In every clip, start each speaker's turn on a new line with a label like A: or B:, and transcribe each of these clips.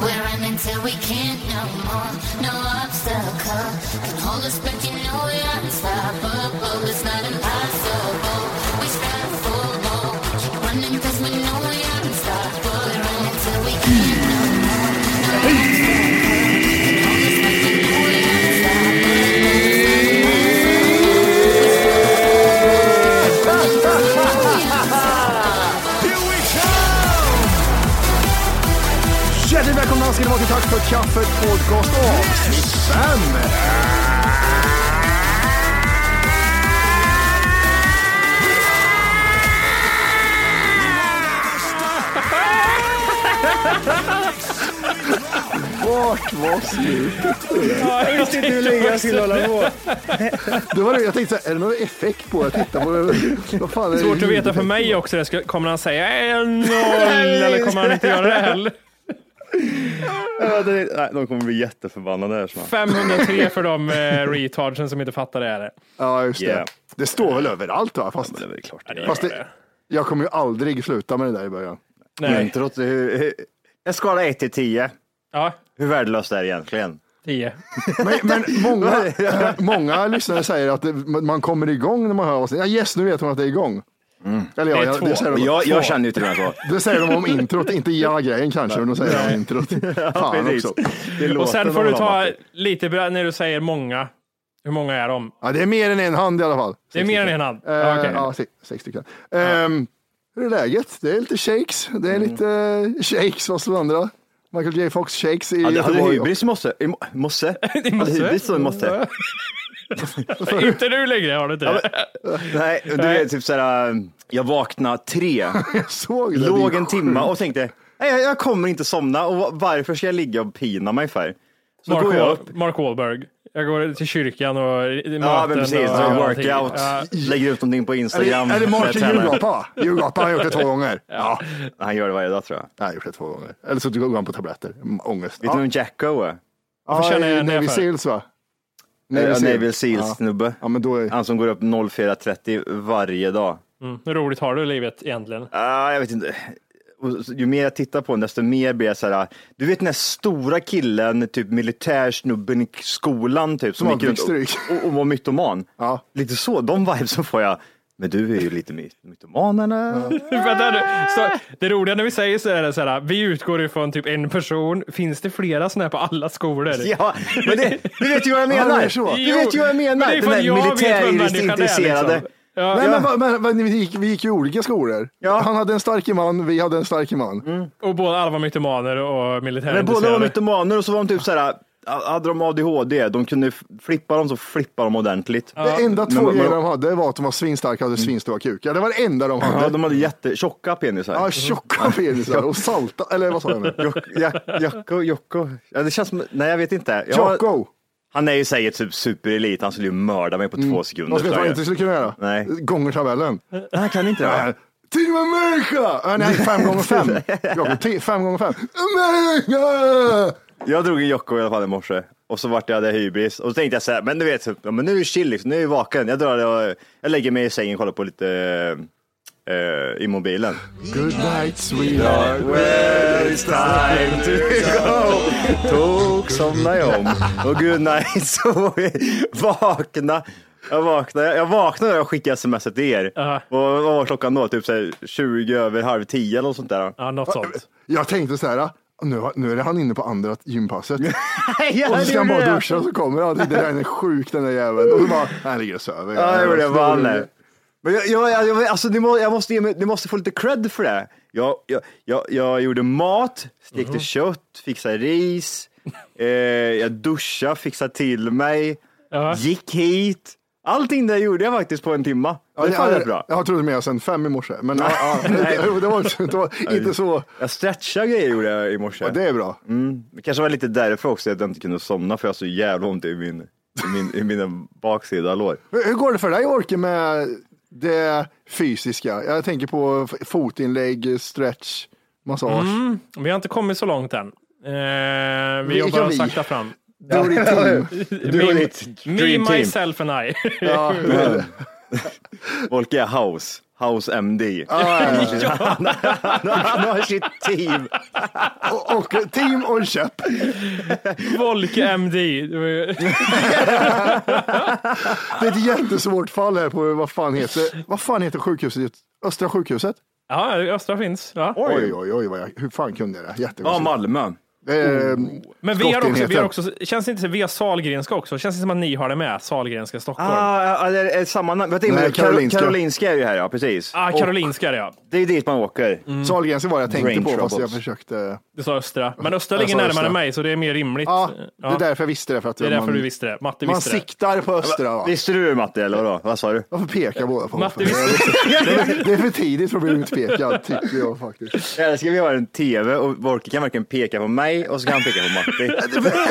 A: We're running till we can't no more. No obstacle can hold us back. You know we're unstoppable. It's not impossible. We strive for more. Keep running 'cause we know we're unstoppable. We're running till we can't no more. No obstacle can hold us back. You know we're
B: Hjärtligt välkomna ska ni vara till Tack för kaffet podcast avsnitt 5. Vart var slutet?
C: Jag visste inte hur länge jag skulle hålla på.
B: Det var det, jag tänkte så här, är det någon effekt på att titta på det? Vad fan är det?
C: Svårt att veta för mig också. Det ska, kommer han säga "Eh, noll eller kommer han inte göra det heller?
D: Ja, det, nej, de kommer bli jätteförbannade här snart.
C: 503 för de eh, retardsen som inte fattar det här.
B: Ja, just det.
D: Yeah.
B: Det står väl överallt va? Fast,
D: Det är väl klart.
B: fast det, jag kommer ju aldrig sluta med det där i början.
C: Nej.
D: Introt, hur, hur, en skala 1 till 10.
C: Ja,
D: Hur värdelöst är det egentligen?
C: 10.
B: Men, men många, många lyssnare säger att det, man kommer igång när man hör avsnitt. Ja, yes, nu vet man att det är igång. Eller
C: Det
B: ja,
C: är
B: ja,
C: två.
B: det, säger
D: Och
B: de,
D: jag, jag känner ju till och med så.
B: det säger de om introt, inte ja-grejen kanske, men de säger om introt. Fan
D: Precis.
B: också.
D: Det låter
C: Och sen får
D: någon
C: du
D: annan.
C: ta lite bra- när du säger många. Hur många är de?
B: Ja, det är mer än en hand i alla fall.
C: Det är
D: typ.
C: mer än en hand.
B: Eh,
C: Ja, okej.
B: Ja, sex, sex stycken. Ehm, hur är läget? Det är lite shakes. Det är
D: Mm.
B: lite eh, shakes, vad som andra. Michael J Fox shakes i
D: Hade, hade
B: Göteborg.
D: hybris i morse? I mo- morse?
C: I
D: Hade
C: morse?
D: hybris då i morse?
C: Inte nu längre har du inte. det.
D: Nej, du är typ såhär, jag vaknade tre,
B: Jag såg det.
D: låg
B: Det är
D: en timma och tänkte, nej jag- jag kommer inte somna och varför ska jag ligga och pina mig för? Så
C: Mark,
D: går jag upp,
C: Wahl- Mark Wahlberg. Jag går till kyrkan och i- i
D: ja men
C: möten
D: precis,
C: och-
D: så
C: och
D: workout,
C: allting.
D: lägger ut någonting på
B: Är det,
D: Instagram.
B: är det Martin
D: så jag tränar.
B: Djurgården? va? Djurgården han har gjort det två gånger. Ja.
D: Han gör det varje dag tror jag.
B: Nej, jag har gjort det två gånger. Eller så går han på tabletter. Mm, Ångest.
D: Vet du vem Jacko är?
B: ja,
C: känner jag
B: i
C: igen det
B: Navy
C: för?
B: Seals va?
D: Navy
B: Seal.
D: Eh, Navy Seals
B: Ja.
D: snubbe.
B: ja, men då är...
D: Han som går upp 04.30 varje dag.
C: Mm. Hur roligt har du livet egentligen?
D: Ah, jag vet inte. Och Ju mer jag tittar på honom, desto mer blir jag så här. ah, Du vet den där stora killen, typ militärsnubben i skolan, typ,
B: Som alltid
D: gick runt
B: fick
D: och, och, och var mytoman.
B: Ja.
D: Lite så, de vibesen får jag. Men du är ju lite my- mytoman eller?
C: Vänta nu. Så, det roliga när vi säger så är det så här, vi utgår ifrån typ en person. Finns det flera sådana här på alla skolor?
D: Ja, men det, du vet ju vad jag
B: Ja, det är
D: menar.
B: så.
D: Du vet ju vad jag
C: Jo, men
D: menar.
C: det är för
D: Den
C: att jag vet
D: där
C: vem människan är,
D: militärintresserade.
C: liksom. Ja.
B: Nej, men, vad- men, vad- ni gick, vi gick ju olika skolor.
D: Ja. Mm.
B: Han hade en stark man, vi hade en stark man.
C: Och båda alla var mytomaner och militärer.
D: Men båda var mytomaner och så var de typ så här hade de ADHD, de kunde flippa dem så flippa dem ordentligt. Ja,
B: Det enda
D: Men-
B: två
D: men-
B: grejerna de hade var att de var svinstarka och hade svinstora kukar. Det var det enda de hade.
D: de hade jättetjocka penisar.
B: Ja, tjocka penisar och salta, eller vad sa jag nu?
D: Jok- Ja, Jocko, Jocko. Ja, det känns som, nej jag vet inte. Jag,
B: Jocko!
D: Han är ju säkert typ superelit, han skulle ju mörda mig på två sekunder.
B: Vad vet du
D: tror
B: vad han
D: jag.
B: inte skulle kunna göra?
D: Nej.
B: Gångertabellen.
D: Nej, han kan inte det.
B: Team America! Äh, nej, fem gånger fem. Jocko, te- fem gånger fem. America!
D: Jag drog en Jocko i alla fall i morse och så vart jag hade hybris och så tänkte jag så här, men du vet, så- ja, men nu är det chill liksom, nu är jag vaken. Jag drar och, jag lägger mig i sängen och kollar på lite eh, eh, i mobilen.
B: Good night sweetheart.
D: Well it's time to go. Tog, somnade jag om. Och goodnight så vakna. Jag vaknade, jag vaknade när jag skickade sms till er.
C: Ja.
D: Och vad var klockan då? Typ så här 20 över halv 10 eller något sånt där.
C: Ja, något sånt.
B: Jag tänkte så här, ah, nu, har- nu är det han inne på andra gympasset.
D: Ja,
B: Och så
D: det
B: ska han
D: gjorde
B: bara
D: jag.
B: duscha och så kommer han. Det där är sjuk den där jäveln. Och så bara, han ligger och söver.
D: Ja, jag gjorde det.
B: Snorig.
D: Vann det. Men jag, jag, jag, jag, alltså, ni, må, jag måste, ge mig- ni måste få lite cred för det. Jag, jag, jag, jag gjorde mat, stekte
B: Mhm.
D: kött, fixade ris, eh, jag duschade, fixade till mig,
C: Ja.
D: gick hit. Allting det gjorde jag faktiskt på en timma.
B: Ja,
D: det är fan
B: jag-
D: rätt bra.
B: Jag har trott mer sen fem i morse. Men ja, ja, det, det, var, det var inte så.
D: Jag stretchade grejer gjorde jag i morse. Mm.
B: Ja, det är bra.
D: Det kanske var lite därför också att jag inte kunde somna för jag har så jävla ont i min, i min, i mina baksida lår.
B: Hur hur går det för dig Orke med det fysiska? Jag tänker på f- fotinlägg, stretch, massage.
C: Vi har inte kommit så långt än. Eh, vi
B: Vilka
C: jobbar
B: vi?
C: sakta fram.
B: Det var ditt team.
D: Du och
C: Me-
D: ditt
C: Me,
D: dream team.
C: myself and I.
B: Ja, det är det.
D: Volke House, House MD. han, han, han har sitt team.
B: och, och team och käpp.
C: Volke MD. Det var ju-
B: Det är ett jättesvårt fall här på vad fan heter, vad fan heter sjukhuset? i Göte- Östra sjukhuset?
C: Ja, Östra finns. Ja.
B: Oj, oj, oj, vad jag, hur fan kunde jag det?
D: Ja,
B: Jättekonstigt.
D: Malmö.
B: Ehm,
C: Men vi har, också, vi har
B: skottenheten.
C: också, känns det inte, vi har Sahlgrenska också. Känns det som att ni har det med? Sahlgrenska Stockholm. Ah,
D: Ah, ah, det är samma namn. Vänta,
B: Nej,
D: Nej,
B: Karolinska.
D: Karolinska. Karolinska är ju här, ja precis.
C: Ah,
D: Mm.
C: Karolinska det ja.
D: Det är dit man åker.
B: Sahlgrenska var det jag tänkte
D: Brain
B: på, fast jag
D: troubles.
B: försökte.
C: Du sa Östra. Men Östra
B: Jag
C: ligger
B: sa
C: närmare
B: Östra.
C: mig, så det är mer rimligt.
B: Ja, det
C: Ja,
B: är därför jag visste det. För att
C: det är därför
B: man,
C: du visste det. Matte
B: Man
C: visste det.
B: siktar på Östra va?
D: Visste du Matte, eller vadå? Vad sa du?
B: Varför pekar båda på
C: Matte
B: mig?
C: visste
B: det, är, det är för tidigt för att bli utpekad, tycker jag faktiskt.
D: Eller ska vi ha en TV och Volke kan verkligen peka på mig och så kan han peka på Matti.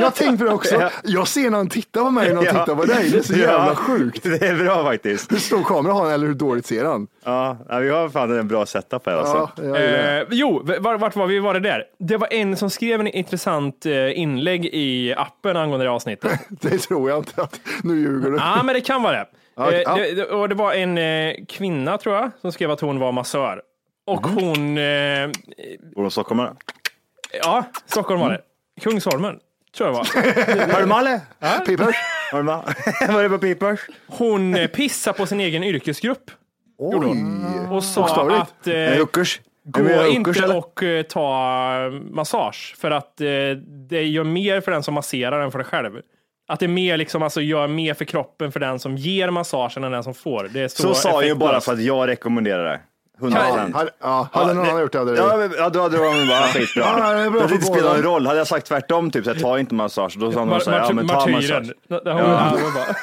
B: Jag tänkte det också. Jag ser när han tittar på mig och när han tittar på dig. Det är så jävla sjukt.
D: Det är bra faktiskt.
B: Hur stor kamera har han eller hur dåligt ser han?
D: Ja, ja, vi har fan en bra setup här
B: Ja,
D: alltså.
B: jag gillar det.
C: Eh, jo, v- var, vart var vi? Var det där? Det var en som skrev en intressant eh, inlägg i appen angående det här avsnittet.
B: det tror jag inte. Att, nu ljuger du.
C: Ja, men det kan vara det.
B: okej,
C: Eh,
B: ja.
C: det, det. Och det var en eh, kvinna, tror jag, som skrev att hon var massör. Och
B: Mm.
C: hon, eh,
D: Bor de stockholmare?
C: ja, Stockholm var det.
B: Mm.
C: Kungsholmen, tror jag var.
D: Hör du eller?
B: Pipers?
D: Hör du Var det på Pipers?
C: Hon eh, pissade på sin egen yrkesgrupp
B: Oj.
C: och sa
B: Bokstavligt.
C: att eh,
D: Nej, Uckers. Är det
C: gå
D: mer Uckers,
C: inte
D: eller?
C: och eh, ta massage för att eh, det gör mer för den som masserar än för dig själv. Att det är mer liksom, alltså, gör mer för kroppen för den som ger massagen än den som får. Det är så
D: Så sa jag ju
C: effektlöst.
D: bara för att jag rekommenderar det. 100
B: Ja, hade, ja, hade någon annan gjort det hade det
D: Ja, men- ja, då hade de bara skitbra.
B: Ja, det är
D: det
B: bra
D: hade inte
B: för
D: spelat
B: båda.
D: någon roll. Hade jag sagt tvärtom, typ så här, ta inte massage, då hade
C: Mar-
D: de såhär, ja
C: marty-
D: men ta massage.
C: martyren. Det- hon- hon bara-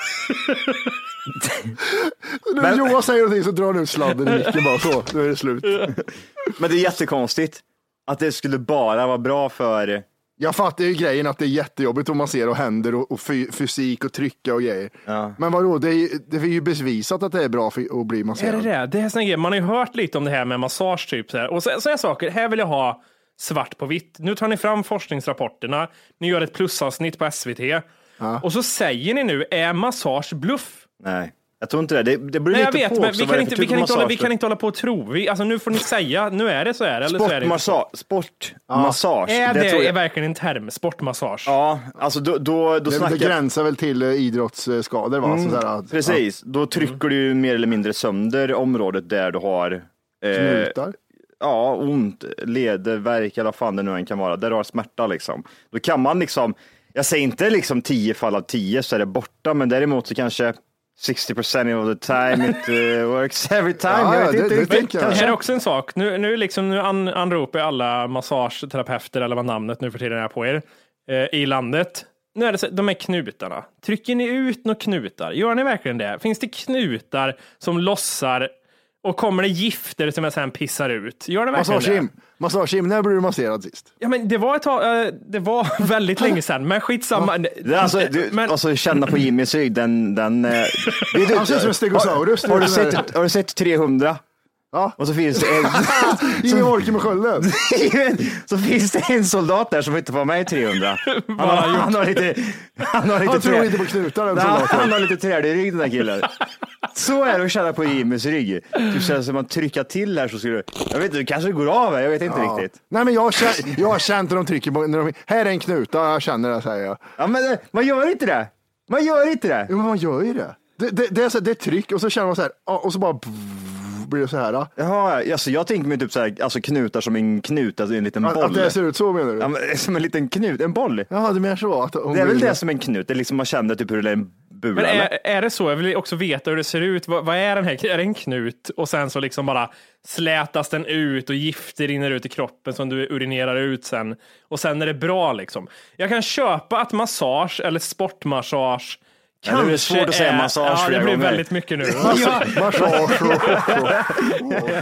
B: Nu, Johan säger någonting så drar han ut sladden i micken bara så. Nu är det slut.
D: Men det är jättekonstigt att det skulle bara vara bra för,
B: Jag fattar ju grejen att det är jättejobbigt att massera och händer och, och fy, fysik och trycka och grejer. Men vadå, det är, ju- det är ju bevisat att det är bra för att bli
C: Är
B: masserad.
C: det det? Det är sån grej. Man har ju hört lite om det här med massage. Typ, så här. Och så, så här saker. Här vill jag ha svart på vitt. Nu tar ni fram forskningsrapporterna. Ni gör ett plusavsnitt på SVT. Och så säger ni nu, är massage bluff?
D: nej, jag tror inte det. Det, det beror
C: Nej, jag
D: lite
C: vet,
D: på
C: men
D: också
C: vi
D: vad
C: kan,
D: det är för
C: inte,
D: typ
C: vi, kan
D: av
C: inte hålla, vi
D: massage.
C: kan inte hålla på och tro. Vi, alltså, nu får ni säga, nu är det så här. Eller så är det inte.
D: Sportmassa- Sportmassage,
C: Är det,
D: tror
C: är
D: jag-
C: verkligen en term, sportmassage?
D: Ja, alltså då, då, då
B: Det, det
D: snackar Mm,
B: gränsar väl till eh, idrottsskador va? Så där, att,
D: Precis,
B: Mm.
D: då trycker du ju mer eller mindre sönder området där du har
B: att
D: eh,
B: Knutar.
D: ja, ont, ledervärk eller vad fan det nu än kan vara, där du har smärta liksom. Då kan man liksom, jag säger inte liksom 10 fall av 10 så är det borta, men däremot så kanske 60% of the time it eh, works every time.
B: Ja, ja,
D: jag vet
B: det-
D: inte
B: det
D: riktigt.
B: tänker jag.
C: Det här
D: kanske.
C: är också en sak. Nu, nu, liksom, nu an, anropar jag alla massageterapeuter, eller vad namnet nu för tiden är på er. eh, i landet. Nu är det så, de här knutarna. Trycker ni ut några knutar? Gör ni verkligen det? Finns det knutar som lossar och kommer det gifter som jag sen pissar ut? Gör det verkligen det?
B: Massagegym. Massagegym, när blev du masserad sist?
C: Ja, men det var ett tag, eh, det var väldigt länge sedan, men skitsamma.
D: Det är alltså, du,
C: men,
D: alltså känna på Jimmys rygg, den... den eh, vet du-
B: Han ser ut som en stegosaurus.
D: Har, har, du sett, har du sett 300?
B: Ja.
D: Och så finns det en,
B: Jimmy Orke med skölden.
D: så finns det en soldat där som inte var med i 300. Han har, han har lite... Han, har lite
B: Han tror
D: trä-
B: inte på knutar den
D: Nej,
B: soldaten.
D: Han har lite träd i ryggen den här killen. Så är det att känna på Jimmys rygg. Du känner som man trycker till här så skulle du... Jag vet inte, du kanske går av här, jag vet inte riktigt.
B: Nej, men jag har känt, jag har känt när de trycker på, när de, här är en knuta, jag känner det säger jag.
D: Ja, men eh, man gör inte det. Man gör inte det.
B: Jo, men man gör ju det. Det, det, det, är, så, det är tryck och så känner man så här, ja, och så bara blir det så här. ja.
D: Jaha, alltså jag tänker mig typ så här, alltså knutar som en knut, alltså en liten
B: Att,
D: boll.
B: att det ser ut så menar
D: Ja,
B: du?
D: men, som en liten knut, en boll.
B: Ja, du menar så? Att hon
D: Det är väl
B: blir-
D: det som en knut, det är liksom man känner typ hur det är en bula.
C: men
D: eller?
C: är, är det så? Jag vill också veta hur det ser ut. Vad, vad är den här? Är det en knut? Och sen så liksom bara slätas den ut och gifter rinner ut i kroppen som du urinerar ut sen. Och sen är det bra liksom. Jag kan köpa att massage eller sportmassage
D: Ja, nu är det
C: kanske
D: svårt att säga
C: är-
D: massage
C: Ja, det
D: flera
C: blir
D: gånger.
C: väldigt mycket nu.
B: Massage och-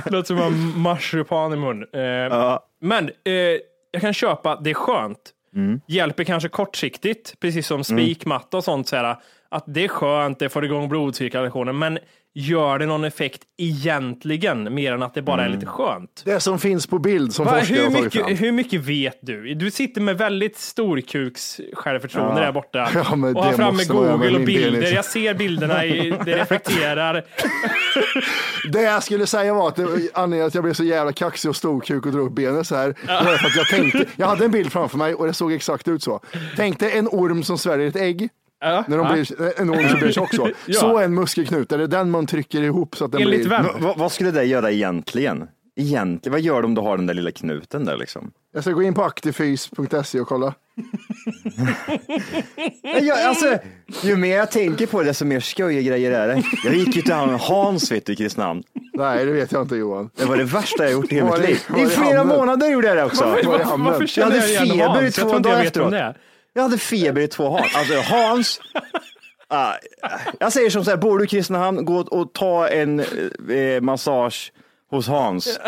C: Det låter som en marsipan i mun. Eh, Men eh, jag kan köpa, det är skönt.
B: Mm.
C: Hjälper kanske kortsiktigt, precis som spikmatta och sånt. Så här, att det är skönt, det får igång blodcirkulationen. Men gör det någon effekt egentligen, mer än att det bara är lite skönt?
B: Mm. Det som finns på bild som
C: Va,
B: forskare
C: hur,
B: har tagit fram.
C: mycket, hur mycket vet du? Du sitter med väldigt storkuks självförtroende där borta
B: Ja, men
C: och har
B: det
C: framme
B: måste man göra med
C: Google och
B: min
C: bilder.
B: penis.
C: Jag ser bilderna, i, det reflekterar.
B: Det jag skulle säga var att det, anledningen att jag blev så jävla kaxig och storkuk och drog upp benet så här, det var för att jag tänkte, jag hade en bild framför mig och det såg exakt ut så. Tänk dig en orm som sväljer ett ägg. När de blir, en orm som blir tjock så.
C: Ja.
B: Så är en muskelknut, det är den man trycker ihop så att den
C: Enligt
B: blir...
C: vem?
D: Va- va- vad skulle det göra egentligen? Egentligen, vad gör de om du har den där lilla knuten där liksom?
B: Jag ska gå in på aktifys.se E och kolla.
D: Nej, Jag, alltså, ju mer jag tänker på det, desto mer skojiga grejer är det. Jag gick ju till han Hans vet du, i Kristinehamn.
B: Nej, det vet jag inte Johan.
D: Det var det värsta jag gjort i hela
B: Var
D: mitt
B: det-
D: liv.
B: var
D: I
B: det
D: flera
B: hamnen?
D: månader gjorde jag det också.
B: Var det hamnen?
C: Varför
D: Jag
C: känner
D: hade
C: jag igen
D: feber i
C: Hans? Jag
D: två
C: tror inte jag
D: dagar
C: vet om
D: efteråt.
C: det är.
D: Jag hade feber i två dagar. Alltså Hans. ah, jag säger som så här, bor du i Kristinehamn, gå och ta en eh, massage hos Hans.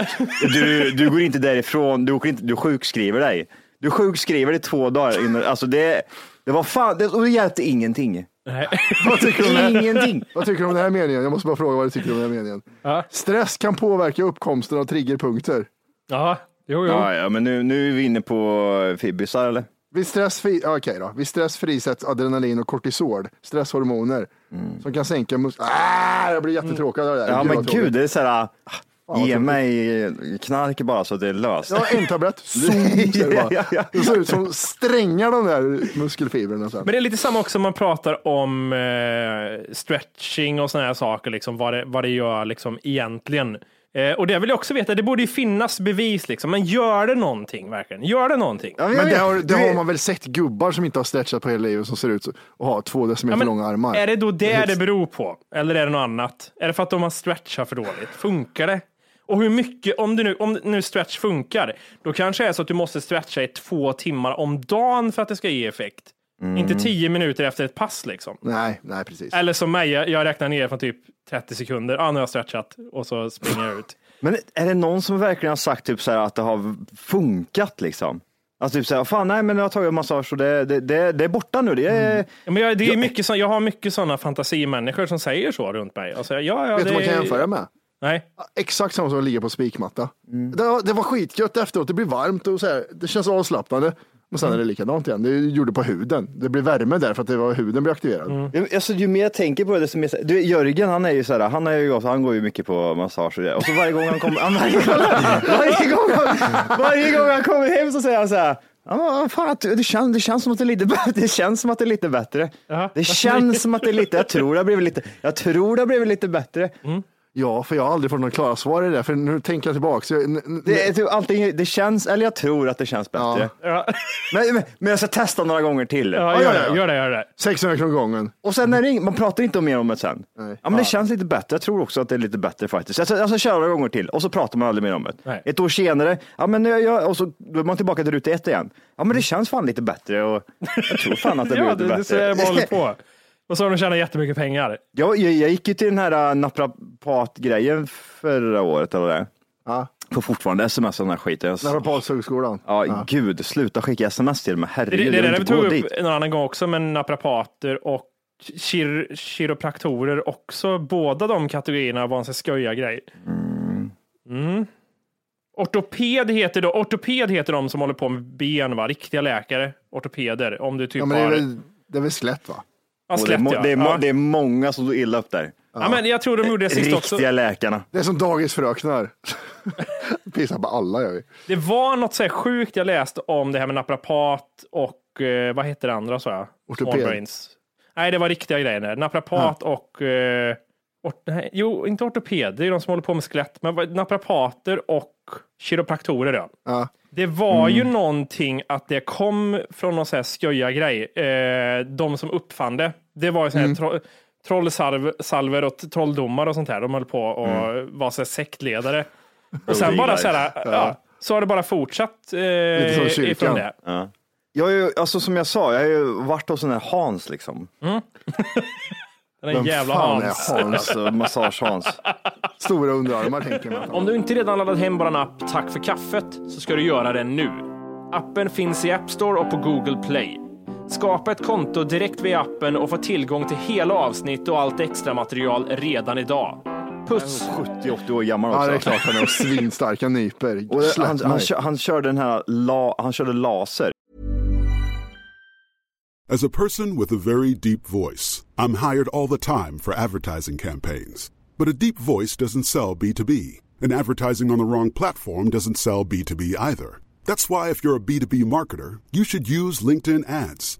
D: Du, du går inte därifrån, du, åker inte, du sjukskriver dig. Du sjukskriver dig två dagar innan. Alltså det, det var fan, det, och det hjälpte ingenting.
B: Vad tycker du om det här?
D: Ingenting.
B: Vad tycker du om den här meningen? Jag måste bara fråga vad du tycker om den här meningen.
C: Ja.
B: Stress kan påverka uppkomsten av triggerpunkter.
C: Ja, jo, jo.
D: Ja,
B: Mm.
D: ja, men nu, nu är vi inne på eh, fibbisar eller?
B: Vid stress, fri, ja, okej då. Vid stress frisätts adrenalin och kortisol, stresshormoner, som kan sänka muskler. Ah, jag blir jättetråkad av det där.
D: Mm. Ja, men
B: vad tråkigt.
D: gud, det är så här, ah, ge
B: tråkigt.
D: mig knark bara så att det är löst.
B: Ja, en tablett. Zoom, säger det bara.
D: Ja, ja, ja.
B: Det ser ut som strängar de där muskelfibrerna. Sen.
C: Men det är lite samma också om man pratar om eh, stretching och sådana här saker, liksom, vad, det, vad det gör liksom, egentligen. Eh, och det vill jag också veta, det borde ju finnas bevis, liksom. men gör det någonting verkligen? Gör det någonting?
D: Ja,
C: Ja,
D: men jag
B: Men det
D: vet.
B: har, det
D: Du-
B: har man väl sett gubbar som inte har stretchat på hela livet som ser ut så- och har två decimeter
C: men
B: långa armar.
C: Är det då det det beror på? Eller är det något annat? Är det för att de har stretchat för dåligt? Funkar det? Och hur mycket, om, du nu, om nu stretch funkar, då kanske det är så att du måste stretcha i två timmar om dagen för att det ska ge effekt. Inte tio minuter efter ett pass liksom.
B: Mm. Nej, nej precis.
C: Eller som mig, jag, jag räknar ner från typ 30 sekunder. Ah, nu har jag stretchat och så springer jag ut.
D: Men är det någon som verkligen har sagt typ så här att det har funkat liksom? Alltså typ så här, fan nej men jag har tagit en massage och det, det, det, det är borta nu. Det är...
C: Ja, Men jag, det är mycket så, jag har mycket sådana fantasimänniskor som säger så runt mig. Alltså, ja, ja,
B: Vet du
C: det,
B: vad man kan jämföra med?
C: Nej.
B: Exakt samma som att ligga på spikmatta.
D: Mm.
B: Det, var- det var skitgött efteråt, det blir varmt och så här, det känns avslappnande. Men sen är
D: Mm.
B: det likadant igen, det gjorde på huden. Det blir värme där för att det var, huden blir aktiverad.
D: Alltså, ju mer jag tänker på det desto mer, så- du, Jörgen han är ju så här, han, är ju, också- han går ju mycket på massage och det. Och så varje gång han kommer, han, varje, gång, varje, gång han, varje gång han kommer hem så säger han så här, Ja, men fan, att du- det, känns, det känns som att det är lite bättre. Det känns som att det är lite bättre.
C: Ja.
D: Det känns som att det är lite, jag tror det har blivit lite, jag tror det har blivit lite bättre.
B: Ja, för jag har aldrig fått några klara svar i det. där, För nu tänker jag tillbaka. Så jag, n- n-
D: Det, är typ allting, det känns, eller jag tror att det känns bättre.
C: Ja.
D: Men, men, men jag ska testa några gånger till.
C: Ja, gör det, gör det, gör det.
B: 600 kronor gången.
D: Och sen när det, ing- man pratar inte mer om det sen.
B: Nej.
D: Ja, men det känns lite bättre. Jag tror också att det är lite bättre faktiskt. Alltså, alltså kör några gånger till och så pratar man aldrig mer om det.
C: Nej.
D: Ett år senare, ja, men jag, jag, och så då är man tillbaka till ruta ett igen. Ja, men det känns fan lite bättre och jag tror fan att det blir
C: Mm.
D: lite
C: Ja, det, det så är det bara
D: bättre.
C: håller på. Och så har de tjänat jättemycket pengar.
D: jag, jag, jag gick ju till den här äh, naprapatgrejen förra året eller vad det är.
B: Ja.
D: Får fortfarande sms och den här skiten. Jag,
B: Naprapathögskolan.
D: ja, gud, sluta skicka sms till mig.
C: Det, det,
D: Herregud,
C: det,
D: jag
C: där
D: vill
C: vi
D: inte
C: tog
D: gå
C: upp
D: dit.
C: en annan gång också, men naprapater och kir, kiropraktorer också. Båda de kategorierna var en sån skoja grej. Mm. Ortoped heter, då, ortoped heter de som håller på med ben, va? riktiga läkare, ortopeder. Om du typ
B: Ja, men det, är
C: har...
B: väl, det är väl slätt va?
C: ja,
D: Och det, är
C: slätt,
D: må,
C: ja.
D: det, är må,
C: ja.
D: det är många som tog illa upp där.
C: ja, men jag tror de gjorde det sist
D: Riktiga
C: också.
D: läkarna.
B: Det är som dagisfröknar. Pissar på alla gör vi.
C: Det var något så här sjukt jag läste om det här med naprapat och eh, vad heter det andra sa jag?
B: Ortoped.
C: Smallbrains. Nej, det var riktiga grejer. där. Naprapat och... Eh, ort, nej, jo, inte ortoped, det är de som håller på med skelett, men vad- naprapater och kiropraktorer. Ja.
B: Ja.
C: Det var ju
B: Mm.
C: någonting att det kom från någon så här sköja grej. Eh, de som uppfann det. Det var ju så här
B: Mm.
C: tro, trollsalver och t- trolldomar och sånt där. De höll på och
B: Mm.
C: var så här sektledare. Och sen bara så här, ja, så har det bara fortsatt eh,
B: som kyrkan.
C: ifrån det.
D: Jag har ju, alltså som jag sa, jag har ju varit hos den här Hans liksom.
C: Mm. Den där jävla
B: fan är
C: Hans.
B: Hans?
D: Alltså massage-Hans.
B: Stora underarmar tänker man.
C: Om du inte redan laddat hem vår app Tack för kaffet så ska du göra det nu. Appen finns i App Store och på Google Play. Skapa ett konto direkt via appen och få tillgång till hela avsnitt och allt extra material redan idag. Puss!
D: 70-80 år gammal också.
B: Ja, det är klart han har svinstarka nyper.
D: Och det,
B: Släpp
D: han,
B: mig.
D: han, kö- han körde den här, la, han körde laser.
E: As a person with a very deep voice, I'm hired all the time for advertising campaigns. But a deep voice doesn't sell B2B, and advertising on the wrong platform doesn't sell B2B either. That's why, if you're a B2B marketer, you should use LinkedIn ads.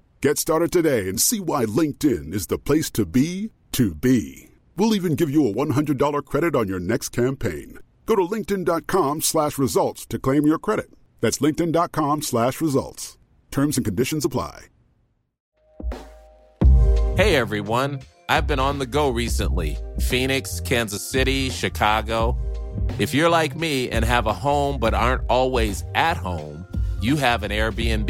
E: Get started today and see why LinkedIn is the place to be to be. We'll even give you a $100 credit on your next campaign. Go to linkedin.com slash results to claim your credit. That's linkedin.com slash results. Terms and conditions apply.
F: Hey everyone, I've been on the go recently Phoenix, Kansas City, Chicago. If you're like me and have a home but aren't always at home, you have an Airbnb.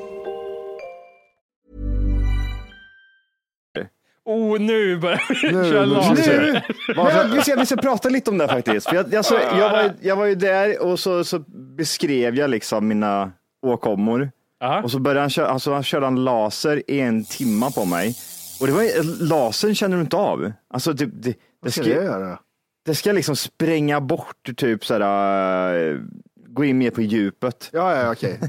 C: Oh, nu börjar vi
B: Nu- nu-
C: köra laser.
B: nu-
D: Men, vi, ska, vi ska prata lite om det här faktiskt. För jag, alltså, jag, var, ju- jag var ju där och så, så beskrev jag liksom mina åkommor.
C: Aha.
D: Och så började han köra, alltså, han körde en laser i en timma på mig. Och det var, ju- lasern känner du inte av. Alltså, det, det, det,
B: Vad ska
D: ska,
B: det göra?
D: det ska liksom spränga bort, typ så här, äh, gå in mer på djupet.
B: Ja, ja, okej.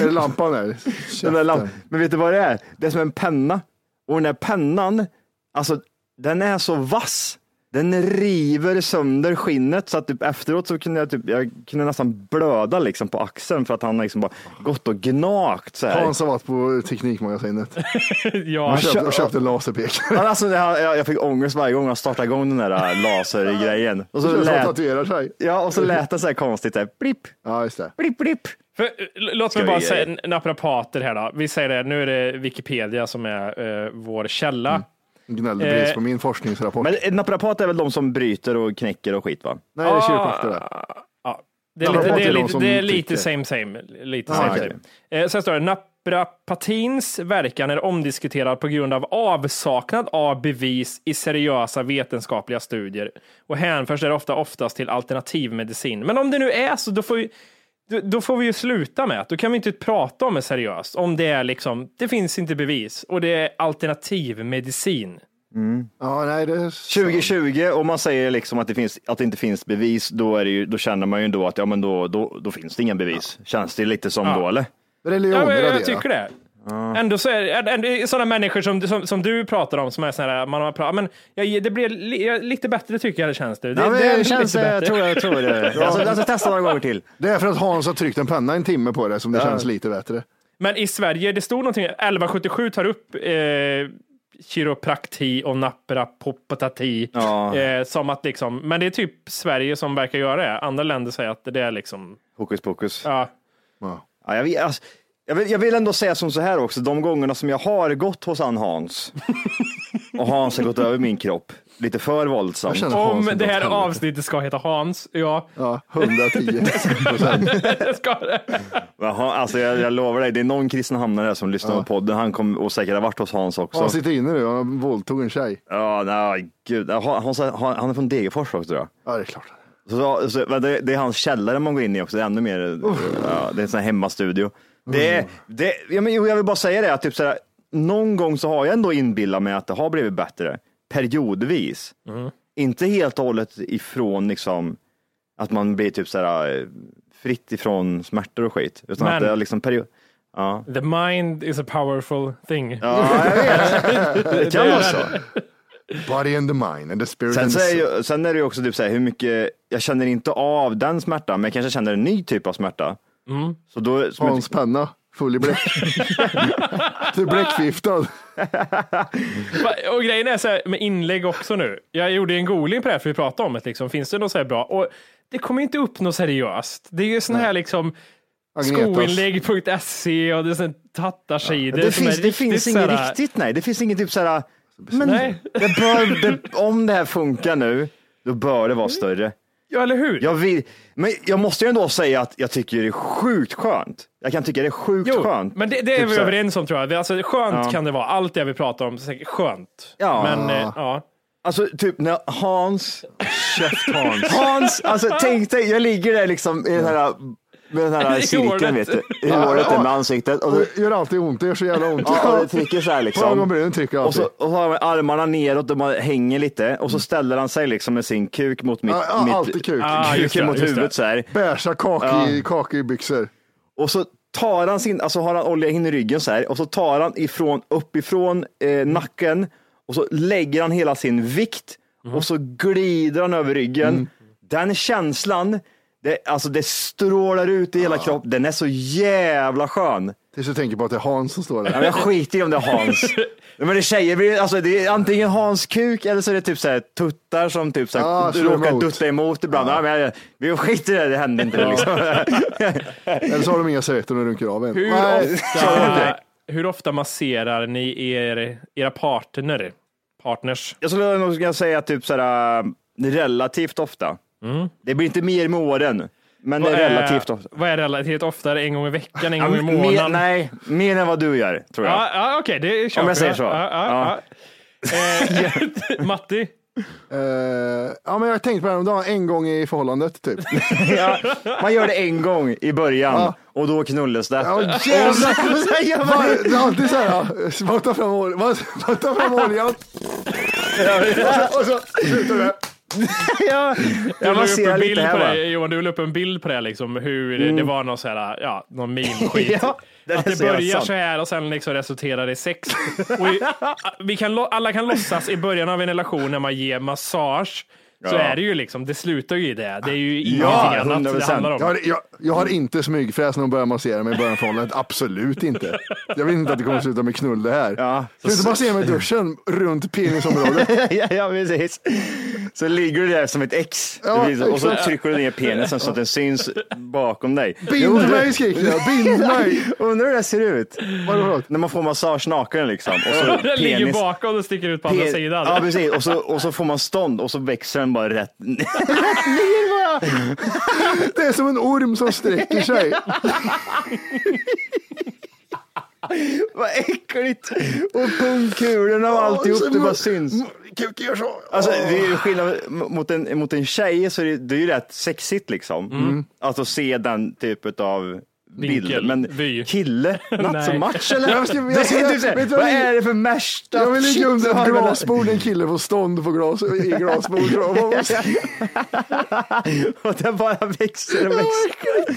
B: är det lampan där?
D: Den där lamp- Men vet du vad det är? Det är som en penna. Och den där pennan, alltså den är så vass. Den river sönder skinnet så att typ efteråt så kunde jag, typ, jag kunde nästan blöda liksom på axeln för att han liksom bara gått och gnagt så här.
B: Hans har varit på Teknikmagasinet
C: Ja,
B: och köpt, och köpt en laserpekare.
D: Men alltså, det här, jag jag fick ångest varje gång jag startade igång den där äh, lasergrejen. Och så
B: Så han
D: lät,
B: tatuerar sig.
D: ja, och så lät det så här konstigt. Så här, blipp,
B: Ja, just det.
D: blipp, blipp.
C: För, l- låt mig
D: Ska
C: bara
D: vi-
C: säga en naprapater här då. Vi säger det, nu är det Wikipedia som är eh, vår källa.
D: Mm.
B: Gnällde precis
C: Eh.
B: på min forskningsrapport.
C: Ah!
D: Men naprapat är väl de som bryter och knäcker och skit va?
B: Nej, det är kiropraktor det.
C: Ja, Det är lite,
B: Naprapater
C: det
B: är
C: är
B: de
C: lite,
B: som
C: det är lite
B: tycker.
C: same same. Lite
D: Ah,
C: same,
D: okej.
C: same. Eh, sen står det naprapatins verkan är omdiskuterad på grund av avsaknad av bevis i seriösa vetenskapliga studier och hänförs där ofta oftast till alternativmedicin. Men om det nu är så, då får, ju, då, då får vi ju sluta med att då kan vi inte prata om det seriöst. Om det är liksom, det finns inte bevis och det är alternativmedicin.
B: Ja, nej, det är...
D: 2020, om man säger liksom att, det finns, att det inte finns bevis, då, är det ju, då känner man ju ändå att ja, men då, då, då finns det inga bevis. Känns det lite som då eller?
B: Religion
C: Ja, men jag,
B: raderar.
C: jag tycker det. Ändå så är ändå- ändå, sådana människor som, som, som du pratar om, som är sådana här, man har pratat, men jag, det blir li, jag- lite bättre tycker jag det känns nu. Det,
D: Ja, men
C: det är
D: det
C: lite
D: känns,
C: bättre.
D: jag tror, jag tror det. Jag ska- jag ska testa några gånger till.
B: Det är för att Hans har tryckt en penna en timme på det som det känns lite bättre.
C: Men i Sverige, det stod någonting, 1177 tar upp eh, kiroprakti och naprapopatati
D: Ja.
C: eh, som att liksom, men det är typ Sverige som verkar göra det. Andra länder säger att det är liksom,
D: Hokus pokus.
C: ja,
D: Ja, jag, vet- alltså, jag, vill, jag vill ändå säga som så här också, de gångerna som jag har gått hos han Hans och Hans har gått över min kropp lite för våldsamt.
B: känner-
C: om
B: Hans är
C: det här
B: gott helvete.
C: avsnittet ska heta Hans, ja,
B: Ja, 110 procent.
C: det ska det.
D: Jaha, alltså jag, jag lovar dig, det är någon kristenhamnare här som lyssnar på podden. Han kommer och säkert ha varit hos Hans också.
B: Han sitter inne nu, han våldtog en tjej.
D: Ja, nej, gud. Ja, Hans, han, han är från Degerfors också tror jag.
B: Ja, det är klart.
D: Så, så, men det, det är hans källare man går in i också, det är ännu mer, ja, det är en sån här hemmastudio. Det, är- det, ja, men, jo, jag vill bara säga det, att typ såhär, någon gång så har jag ändå inbillat mig att det har blivit bättre, periodvis. Inte helt och hållet ifrån liksom, att man blir typ såhär, fritt ifrån smärtor och skit. Utan
C: Men-
D: att det är liksom period... Ja,
C: The mind is a powerful thing.
D: ja jag vet. det kan vara så.
B: Body and the mind and the spirit
D: Sen,
B: and
D: så
B: the
D: är
B: soul.
D: ju, sen är det ju också typ så här, hur mycket, jag känner inte av den smärtan, men jag kanske känner en ny typ av smärta. Så då, som
B: Hans penna, full i bläck. du är bläckförgiftad.
C: Va- Och grejen är så här med inlägg också nu. Jag gjorde en googling på det här för vi pratade om det. Liksom. Finns det något så här bra? Och det kommer inte upp något seriöst. Det är ju sån här liksom skoinlägg.se E och det är sån tattarsidor.
D: det,
C: som är
D: finns, det
C: riktigt
D: finns
C: så
D: inget
C: här-
D: riktigt, nej. Det finns inget typ så här, men
C: Nej.
D: det bör, det, om det här funkar nu, då bör
C: Mm.
D: det vara större.
C: Ja, eller hur?
D: Jag, vill, men jag måste ju ändå säga att jag tycker det är sjukt skönt. Jag kan tycka det är sjukt
C: jo,
D: skönt.
C: men det, det är
D: Typ
C: vi
D: så här.
C: överens om tror jag. Det- Alltså, skönt kan det vara. Allt det vi pratar om, säkert skönt.
D: Ja.
C: Men, eh, ja.
D: Alltså typ när Hans, käft Hans. Hans, alltså tänk dig, jag ligger där liksom i den här, med den här
C: I
D: cirkeln
C: håret.
D: vet du, i håret där med ansiktet och, så-
B: Det gör alltid ont, det gör så jävla ont.
D: ja, och det trycker så här
B: På
D: liksom.
B: ögonbrynen trycker jag
D: Och så,
B: alltid.
D: och så har man armarna neråt och man hänger lite och så ställer han sig liksom med sin kuk mot mitt,
B: Mm. Ja, ja,
D: mitt
B: alltid kuk.
C: Ah, just
D: kuken
C: det,
D: mot
C: just
D: huvudet
C: det.
D: så här.
B: Beiga kakig byxor.
D: Och så tar han sin, alltså har han olja in i ryggen så här och så tar han ifrån, uppifrån
B: Mm.
D: eh, nacken och så lägger han hela sin vikt
B: Mm.
D: och så glider han över ryggen. Den känslan, det, alltså det strålar ut i hela
B: Ah.
D: kroppen. Den är så jävla skön.
B: Tills du tänker på att det är Hans som står
D: Ja,
B: där.
D: men Jag skiter i om det är Hans. Men det är tjejer, blir- alltså det är antingen Hans kuk eller så är det typ så här tuttar som typ så här
B: Ja, slår
D: råkar
B: emot.
D: dutta emot ibland. Ja. men jag, vi skiter i det, det händer inte. Det, liksom.
B: Eller så har de inga servetter och runkar av en.
C: Hur,
B: Nej,
C: ofta, hur ofta masserar ni er, era partner? Partners?
D: Jag skulle nog kunna säga typ sådär, äh, relativt ofta. Det blir inte mer med åren, men det är relativt ofta.
C: Mm. Vad är relativt ofta? En gång i veckan, en
D: Ja,
C: gång i
D: men-
C: månaden?
D: nej, mer än vad du gör, tror jag.
C: Ja, ja okej, det köper
D: Om jag säger så.
C: Ja, ja, ja. Eh, Matti,
B: Eh, ja, men jag tänkte på det här om dagen, en gång i förhållandet typ.
D: Man gör det en gång i början
B: Ja.
D: och då knullas det.
B: Ja, jävlar! Va- Det är alltid så här, ja, bara ta fram oljan, bara bara ta fram oljan. Och så- Och så slutar det.
D: ja, jag
C: du la upp
D: baserar
C: en bild
D: lite här
C: på
D: va.
C: det. Johan, du la upp en bild på det, här, liksom, hur det- det var någon, så här, ja, någon meme-skit.
D: Ja, det
C: att
D: är
C: det
D: så jävla
C: börjar
D: sant.
C: så här och sen liksom resulterar i sex. Och i, vi kan, lo- alla kan låtsas i början av en relation när man ger massage, så
D: Ja.
C: är det ju liksom, det slutar ju i det. Det är ju ingenting
D: Ja,
C: annat det
D: 100%.
C: handlar om.
B: Jag har, jag, jag har inte smygfräs när de börjar massera mig i början av förhållandet. Absolut inte. Jag vill inte att det kommer sluta med knull det här.
D: Ja.
B: Sluta massera mig i duschen runt penisområdet.
D: ja, ja, precis. Så ligger du där som ett X.
B: Ja,
D: Det blir så- och så
B: exakt.
D: trycker du ner penisen så att den syns bakom dig. Jag
B: Bind
D: undrar-
B: mig skriker jag, bind mig.
D: Undrar hur det ser ut.
B: Vadå, vadå?
D: När man får massage naken liksom. Och så
C: Den ligger
D: penis-
C: bakom och sticker ut på andra
D: Pe-
C: sidan.
D: Ja, precis. Och så, och så får man stånd och så växer den bara rätt ner.
B: Det är som en orm som sträcker sig.
D: Vad äckligt! Och pungkulorna och alltihop, det bara syns.
B: Kuken gör så.
D: Alltså, det är ju skillnad mot en, mot en tjej, så är det, det är ju rätt sexigt liksom. Att att se den typ av bild.
C: Mm. Vinkel,
D: Men
C: vy.
D: kille, not so
C: Nej.
D: much eller?
B: Jag ska- jag
D: Det är
B: ska-
D: typ så här,
B: vet du
D: vad
B: vad jag-
D: är det för mashed
B: Jag
D: up
B: vill ligga
D: shit
B: under
D: du har
B: ett
D: mellan-
B: glasbord en kille får stånd på glas, i glasbord. tror jag.
D: Och den bara växer och växer.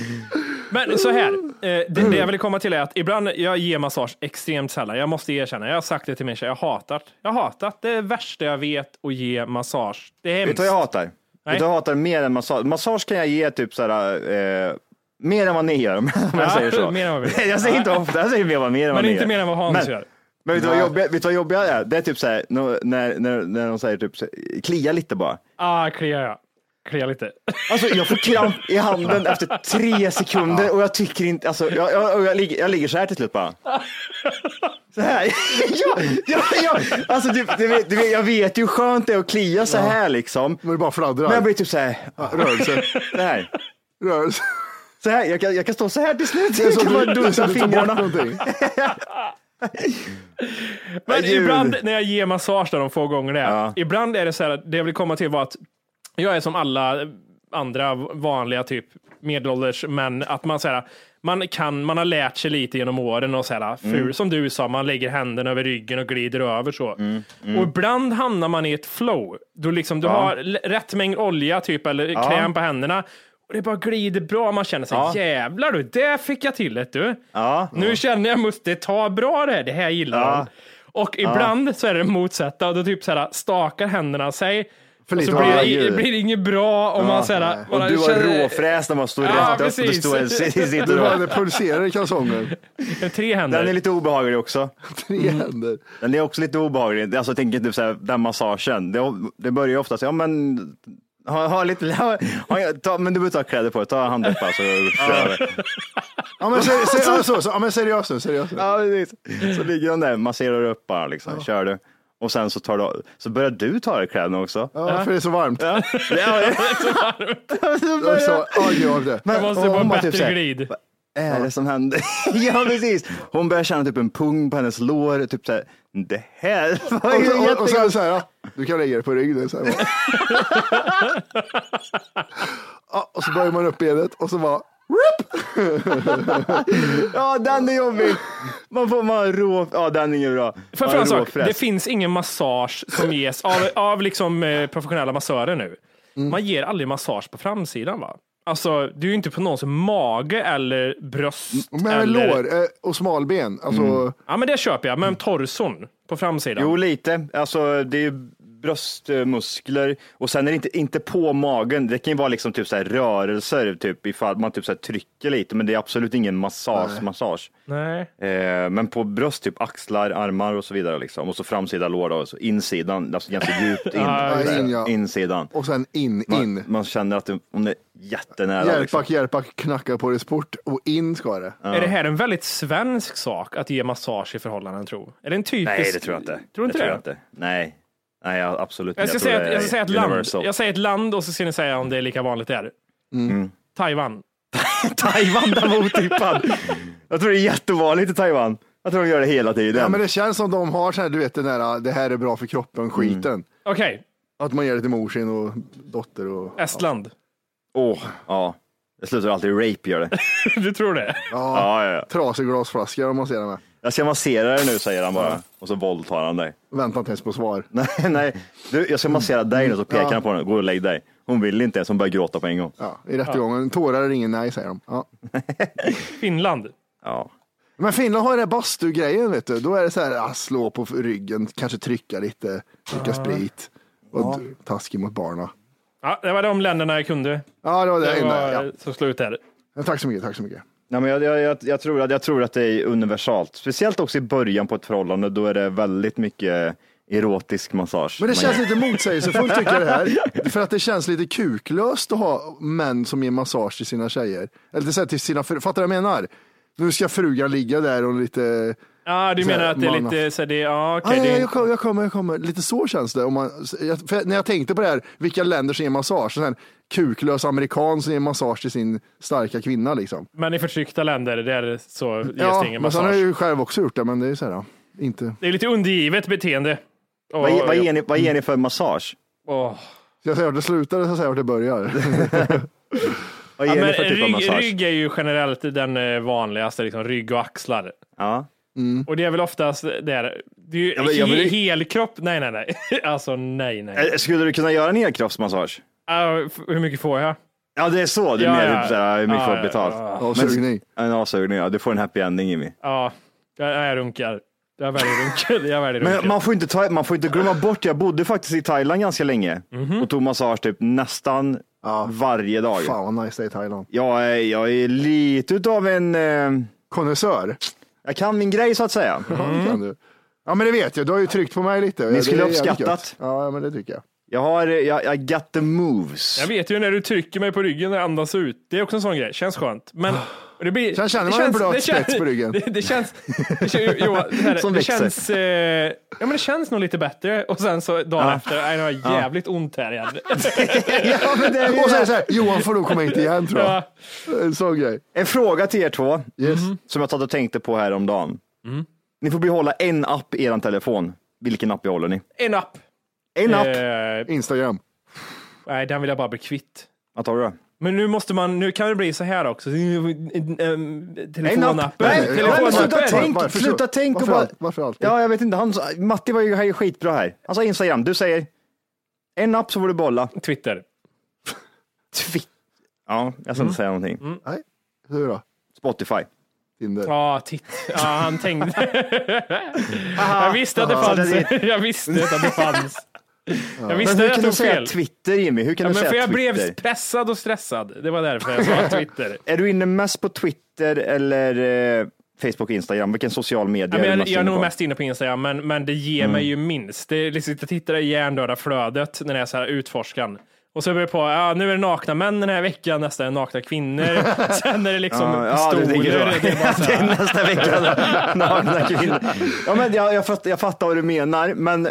C: Men så här, eh, det, det jag vill komma till är att ibland, jag ger massage extremt sällan. Jag måste erkänna, jag har sagt det till min tjej, jag hatar Jag hatar det är det värsta jag vet att ge massage. Det är
D: Vet
C: hemskt.
D: du vad jag hatar? Vet du vad jag hatar mer än massage? Massage kan jag ge typ så här, eh, mer än vad ni gör om jag
C: Ja,
D: säger så.
C: mer än vad vi gör.
D: jag säger inte ofta, jag säger mer än vad, mer än vad
C: Men
D: ni
C: inte
D: gör.
C: mer än vad Hans
D: men,
C: gör.
D: Men vet du vad jobbiga, vet du vad jobbiga det är? Det är typ så här, nå- när, när, när de säger typ så här, klia lite bara.
C: Ah, kliar jag. Kliar lite.
D: Alltså jag får kramp i handen efter tre sekunder och jag tycker inte, alltså jag, jag, jag, ligger, jag ligger så här till slut bara. Så här. Ja, ja, ja. Alltså du, du vet, du vet, jag vet ju hur skönt det är att klia så här liksom.
B: Men det bara fladdrar.
D: Men jag blir typ så här,
B: Rörelse.
D: så här.
B: Rörelse.
D: Så här, jag kan, jag kan stå så här till slut.
B: Det är
D: Jag kan
B: som
D: bara
B: du, det är
D: dunsa
B: som du tar bort
D: fingrarna.
B: någonting.
C: Men
D: Ljud.
C: ibland när jag ger massage där de få gånger det är,
D: Ja.
C: ibland är det så här att det jag vill komma till var att jag är som alla andra vanliga typ medelålders män, att man så här, man kan, man har lärt sig lite genom åren och så här, ful,
D: Mm.
C: som du sa, man lägger händerna över ryggen och glider över så.
D: Mm,
C: Och ibland hamnar man i ett flow, då liksom du har l- rätt mängd olja typ, eller kräm på händerna, och det bara glider bra, man känner sig jävlar du, där fick jag till det du.
D: Ja.
C: Nu känner jag måste ta bra det här, det här gillar
D: Ja.
C: jag. Och ibland så är det det motsatta, då typ så här, stakar händerna sig. och
B: lite
C: så blir
D: olja.
C: det, det blir inget bra om man så här,
D: Och
C: bara
D: du var
C: känner-
D: råfräs när man stod
C: Ja,
D: rätt upp och du
C: precis.
D: stod och sitter
B: Du bara,
D: och...
B: det pulserar i kalsongen.
C: Tre händer.
D: Den är lite obehaglig också.
B: Tre
D: Mm.
B: händer.
D: Den är också lite obehaglig. Alltså, jag tänker typ såhär, den massagen. Det, det börjar ju oftast, ja men, ha, ha lite, ha, ha, ta, men du behöver ta kläder på dig, ta handduppar så kör över.
B: Ja men, ser, ser, ja, så, så, ja, men seriöst nu, seriöst nu.
D: Ja, precis. Så ligger de där, masserar upp bara liksom, kör du. Och sen så, tar du, så börjar du ta av dig kläderna också.
B: Ja, för det är så varmt.
D: Ja. Ja. Så
B: Jag
D: börjar-
B: sa, ja, gör det.
D: Men-
C: Jag måste
D: och
C: få
D: hon
C: en
D: bara
C: bättre
D: så här,
C: glid.
D: Vad är det som händer? ja, precis. Hon börjar känna typ en pung på hennes lår. Typ så här, det här var ju
B: Och, och, och sen
D: jättekonstigt.
B: så här, ja, du kan lägga dig på ryggen. Så här, bara. ja, och så böjer man upp benet och så bara,
D: Ja, den är jobbig. Man får man rå... Ja, den är ju bra.
C: Får jag
D: Man
C: fråga en sak?
D: råfräs.
C: Det finns ingen massage som ges av, av liksom, eh, professionella massörer nu.
D: Mm.
C: Man ger aldrig massage på framsidan va? Alltså, det är ju inte på någons mage eller bröst.
B: men
C: eller...
B: lår eh, och smalben. Alltså,
C: Ja, men det köper jag. Men torson på framsidan.
D: Mm. Jo, lite. Alltså, det är ju bröstmuskler och sen är det inte, inte på magen. Det kan ju vara liksom typ så här rörelser, typ ifall man typ så här trycker lite, men det är absolut ingen massage. massage.
C: Nej.
D: Eh, men på bröst, typ axlar, armar och så vidare. Liksom. Och så framsida lår, då, och så insidan, alltså ganska djupt in.
B: Ja, in, ja.
D: Insidan.
B: Och sen in,
D: Man,
B: in.
D: man känner att det, om det är jättenära. Liksom.
B: Järpak, järpak, knacka på det sport och in ska det.
C: Är det här en väldigt svensk sak att ge massage i förhållanden tro? Är det en typisk?
D: Nej, det tror jag inte.
C: Tror du inte
D: det? Tror jag
C: det?
D: inte. Nej. Nej, jag- absolut
C: Jag ska
D: inte.
C: säga,
D: tror
C: ett-
D: det
C: jag ska
D: är
C: säga ett land.
D: universal. Mm.
C: Jag säger ett land och så ska ni säga om det är lika vanligt där. Taiwan.
D: Taiwan, den var otippad. jag tror det är jättevanligt i Taiwan. Jag tror de gör det hela tiden.
B: Ja, men det känns som de har så här, du vet den där, det här är bra för kroppen, skiten.
C: Okej,
B: Att man ger det till mor sin och dotter och
C: Estland.
D: Åh, ja. Det slutar alltid i rape, gör det.
C: Du tror det?
D: Ja, ja, ja.
B: trasig glasflaska om man ser den med.
D: Jag ska massera dig nu, säger han bara. Och så våldtar han dig.
B: Vänta inte ens på svar.
D: Nej, nej. Du, jag ska massera dig nu, så pekar han på henne. Gå och lägg dig. Hon vill inte ens, hon börjar gråta på en gång.
B: Ja, I rättegången, tårar är ingen nej säger de. Ja.
C: Finland.
D: Ja.
B: Men Finland har ju den här bastugrejen, vet du. Då är det så här, ah, slå på ryggen, kanske trycka lite, dricka sprit. Och taskig mot barna.
C: Ja, det var de länderna jag kunde.
B: Ja, det var det,
C: Det
B: enda.
C: var eh,
B: Ja.
C: som slut där.
B: Men Tack så mycket, tack så mycket.
D: Nej, men jag, jag, jag, jag, tror att, jag tror att det är universalt. Speciellt också i början på ett förhållande, då är det väldigt mycket erotisk massage.
B: Men
D: Man
B: det känns
D: gör.
B: lite motsägelsefullt tycker jag det här. För att det känns lite kuklöst att ha män som ger massage till sina tjejer. Eller till, så här, till sina fru. Fattar du vad jag menar? Nu ska frugan ligga där och lite
C: Ja, du
B: Så här,
C: menar att det är
B: man-
C: lite så här, det, ja
B: Ah,
C: okej.
B: ja,
C: det
B: ja,
C: är-
B: jag, kommer, jag kommer, jag kommer. Lite så känns det. Om man, jag, för när jag tänkte på det här, vilka länder som ger massage? Så här, kuklös amerikan som ger massage till sin starka kvinna liksom.
C: Men i förtryckta länder, där så ges
B: Ja,
C: det ingen
B: men sen har
C: massage.
B: jag ju själv också gjort det, men det är så här, ja, inte.
C: Det är lite undergivet beteende. Och,
D: Vad, ge- vad, ger ni, vad ger ni för massage?
C: Åh.
B: Ska jag säga vart det slutar eller ska jag säga vart det börjar?
D: Vad
C: Ja,
D: ger
C: men
D: ni för typ av
C: rygg,
D: massage?
C: rygg är ju generellt den eh, vanligaste, liksom, rygg och axlar.
D: Ja.
C: Och det är väl oftast där, det är ju
D: men jag
C: he,
D: vill-
C: helkropp, nej nej nej. alltså nej nej.
D: Eh, Skulle du kunna göra en helkroppsmassage?
C: Ah, f- hur mycket får jag?
D: Ja, det är så. Du
C: Ja,
D: menar
C: ja.
D: typ såhär, hur mycket
C: Ja,
D: får
C: ja,
D: du betalt?
B: Avsugning.
D: En avsugning, ja. Du får en happy ending Jimmy.
C: Ja, jag, jag runkar. Jag väljer runkar. Jag väljer runkar.
D: Men man får, inte ta, man får inte glömma bort, jag bodde faktiskt i Thailand ganska länge
C: Mhm.
D: och tog massage typ nästan varje dag.
B: Fan vad nice det är i Thailand.
D: Jag är, jag är lite utav en, eh,
B: Konnässör.
D: jag kan min grej så att säga.
C: Mhm.
B: Ja, det kan du. Ja, men det vet jag. Du har ju tryckt på mig lite. Ja, det
D: Mm. skulle
B: är jävligt
D: uppskattat.
B: gött. Ja, ja, men det tycker jag.
D: Jag har, eh, jag, jag got the moves.
C: Jag vet ju när du trycker mig på ryggen och andas ut. Det är också en sån grej. Känns skönt. Men
D: Ah.
C: och det blir,
B: Sen känner
C: det
B: man en blöt spets på ryggen.
C: Det, det känns... Det, kän- jo, det, här,
D: Som
C: det
D: växer.
C: känns... Eh, ja, men det känns nog lite bättre. Och sen så
D: Ah.
C: dagen efter, nej, nu har jag jävligt ont här igen.
D: Ja, men det är ju
B: Och så
D: det.
B: är det så här, Johan får nog komma hit igen tror jag.
C: Ja.
B: En sån grej.
D: En fråga till er två
B: Yes.
D: som jag satt och tänkte på häromdagen.
C: Mm.
D: Ni får behålla en app i er telefon. Vilken app behåller ni?
C: en app.
D: En app?
C: Eh,
B: Instagram.
C: nej, den vill jag bara bli kvitt.
D: Vad tar du då?
C: Men nu måste man, nu kan det bli så här också. Ehm,
D: En
C: Telefonappen.
D: app. Nej,
B: Telefonappen.
D: nej, men sluta
B: Varför-
D: tänk,
B: varför-
D: sluta tänk och
B: varför
D: bara...
B: allt- varför alltid?
D: Ja, jag vet inte. Han, Matti var ju här är skitbra här. Han sa Instagram. Du säger en app så får du bolla.
C: Twitter.
D: Twitter. Ja, jag
C: Mm.
D: ska inte säga någonting.
B: Nej. Hur då?
D: Spotify.
B: Tinder.
C: Ja, titt. Ja, han tänkte. jag visste att det fanns. Jag visste att det fanns. Jag
D: Men
C: visste
D: hur
C: att jag
D: kan du
C: tog
D: säga
C: fel.
D: Twitter Jimmy? Hur kan
C: Ja,
D: du
C: men
D: säga
C: för
D: Twitter?
C: jag blev pressad och stressad. Det var därför jag sa Twitter.
D: Är du inne mest på Twitter eller eh, Facebook och Instagram? Vilken social media
C: Ja,
D: är
C: men
D: du
C: jag,
D: mest
C: jag är
D: inne
C: nog
D: på? Mm.
C: mest inne på Instagram, men, men det ger mig ju minst. Det är liksom, jag tittar i hjärndöda flödet när jag är så här utforskan. Och så börjar jag på, ja, nu är det nakna män den här veckan, nästa är nakna kvinnor. Sen är det liksom
D: Ja, ja, du
C: pistoler.
D: tänker så.
C: det är bara så
D: Det är
C: här,
D: nästa vecka. Nakna kvinnor. Ja, men jag, jag, fattar, jag fattar vad du menar, men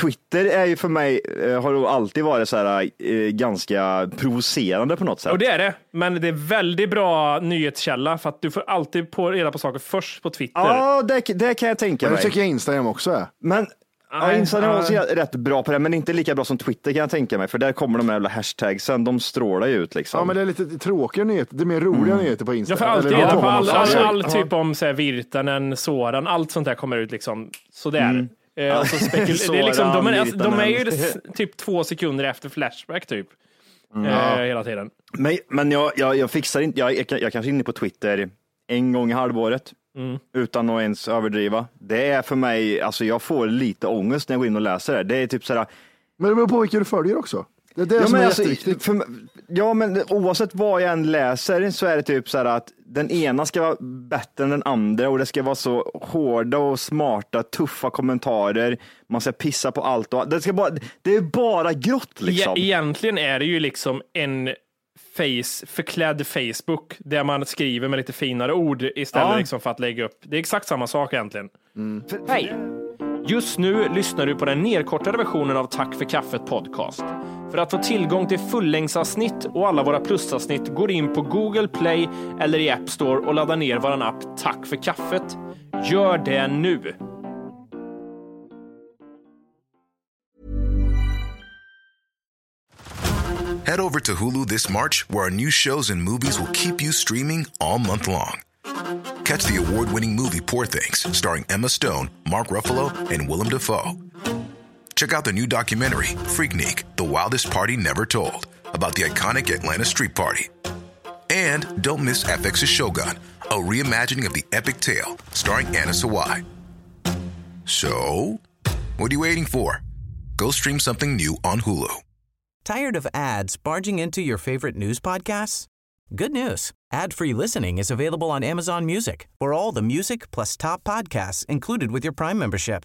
D: Twitter är ju för mig, eh, har nog alltid varit så här, eh, ganska provocerande på något sätt.
C: Och det är det, men det är väldigt bra nyhetskälla för att du får alltid på reda på saker först på Twitter.
D: Ja, det, det kan jag tänka
B: Men
D: mig.
B: det tycker jag Instagram också är.
D: Men ja,
C: Nej,
D: Instagram är också
C: nej.
D: rätt bra på det, men inte lika bra som Twitter kan jag tänka mig, för där kommer de här jävla hashtagsen, de strålar ju ut liksom.
B: Ja, men det är lite tråkiga nyheter. Det är mer roliga nyheter på
C: Mm. Jag
B: Instagram.
C: får alltid
B: Eller
C: reda
B: vad
C: på
B: man
C: all, all,
B: säger.
C: all typ om så här, Virtanen, Soran, allt sånt där kommer ut liksom sådär.
B: Mm.
C: Eh, och så spekul- det är liksom, de, är, alltså, de är ju
D: Virtanen.
C: s- typ två sekunder efter Flashback typ.
B: Mm.
C: Eh, Hela tiden.
D: Men, men jag, jag, jag fixar inte, jag, jag, jag kanske är inne på Twitter en gång i halvåret
B: Mm.
D: utan att ens överdriva. Det är för mig, alltså jag får lite ångest när jag går in och läser det. Det är typ sådär,
B: Men det beror på vilka du följer också. Det är det som är
D: alltså,
B: jätteviktigt.
D: för, ja, men oavsett vad jag än läser så är det typ så här att den ena ska vara bättre än den andra och det ska vara så hårda och smarta, tuffa kommentarer. Man ska pissa på allt och allt. Det, ska bara, det är bara grått liksom.
C: E- egentligen är det ju liksom en face, förklädd Facebook där man skriver med lite finare ord istället
D: Ja. Mm.
C: liksom för att lägga upp. Det är exakt samma sak egentligen. Hej! Just nu lyssnar du på den nedkortade versionen av Tack för kaffet podcast. För att få tillgång till fullängdsavsnitt och alla våra plusavsnitt går in på Google Play eller i App Store och laddar ner vår app Tack för kaffet. Gör det nu!
G: Head over to Hulu this March, where our new shows and movies will keep you streaming all month long. Catch the award winning movie Poor Things, starring Emma Stone, Mark Ruffalo, and Willem Dafoe. Check out the new documentary, Freaknik The Wildest Party Never Told, about the iconic Atlanta Street Party. And don't miss FX's Shogun, a reimagining of the epic tale, starring Anna Sawai. So, what are you waiting for? Go stream something new on Hulu.
H: Tired of ads barging into your favorite news podcasts? Good news. Ad-free listening is available on Amazon Music. For all the music plus top podcasts included with your Prime membership.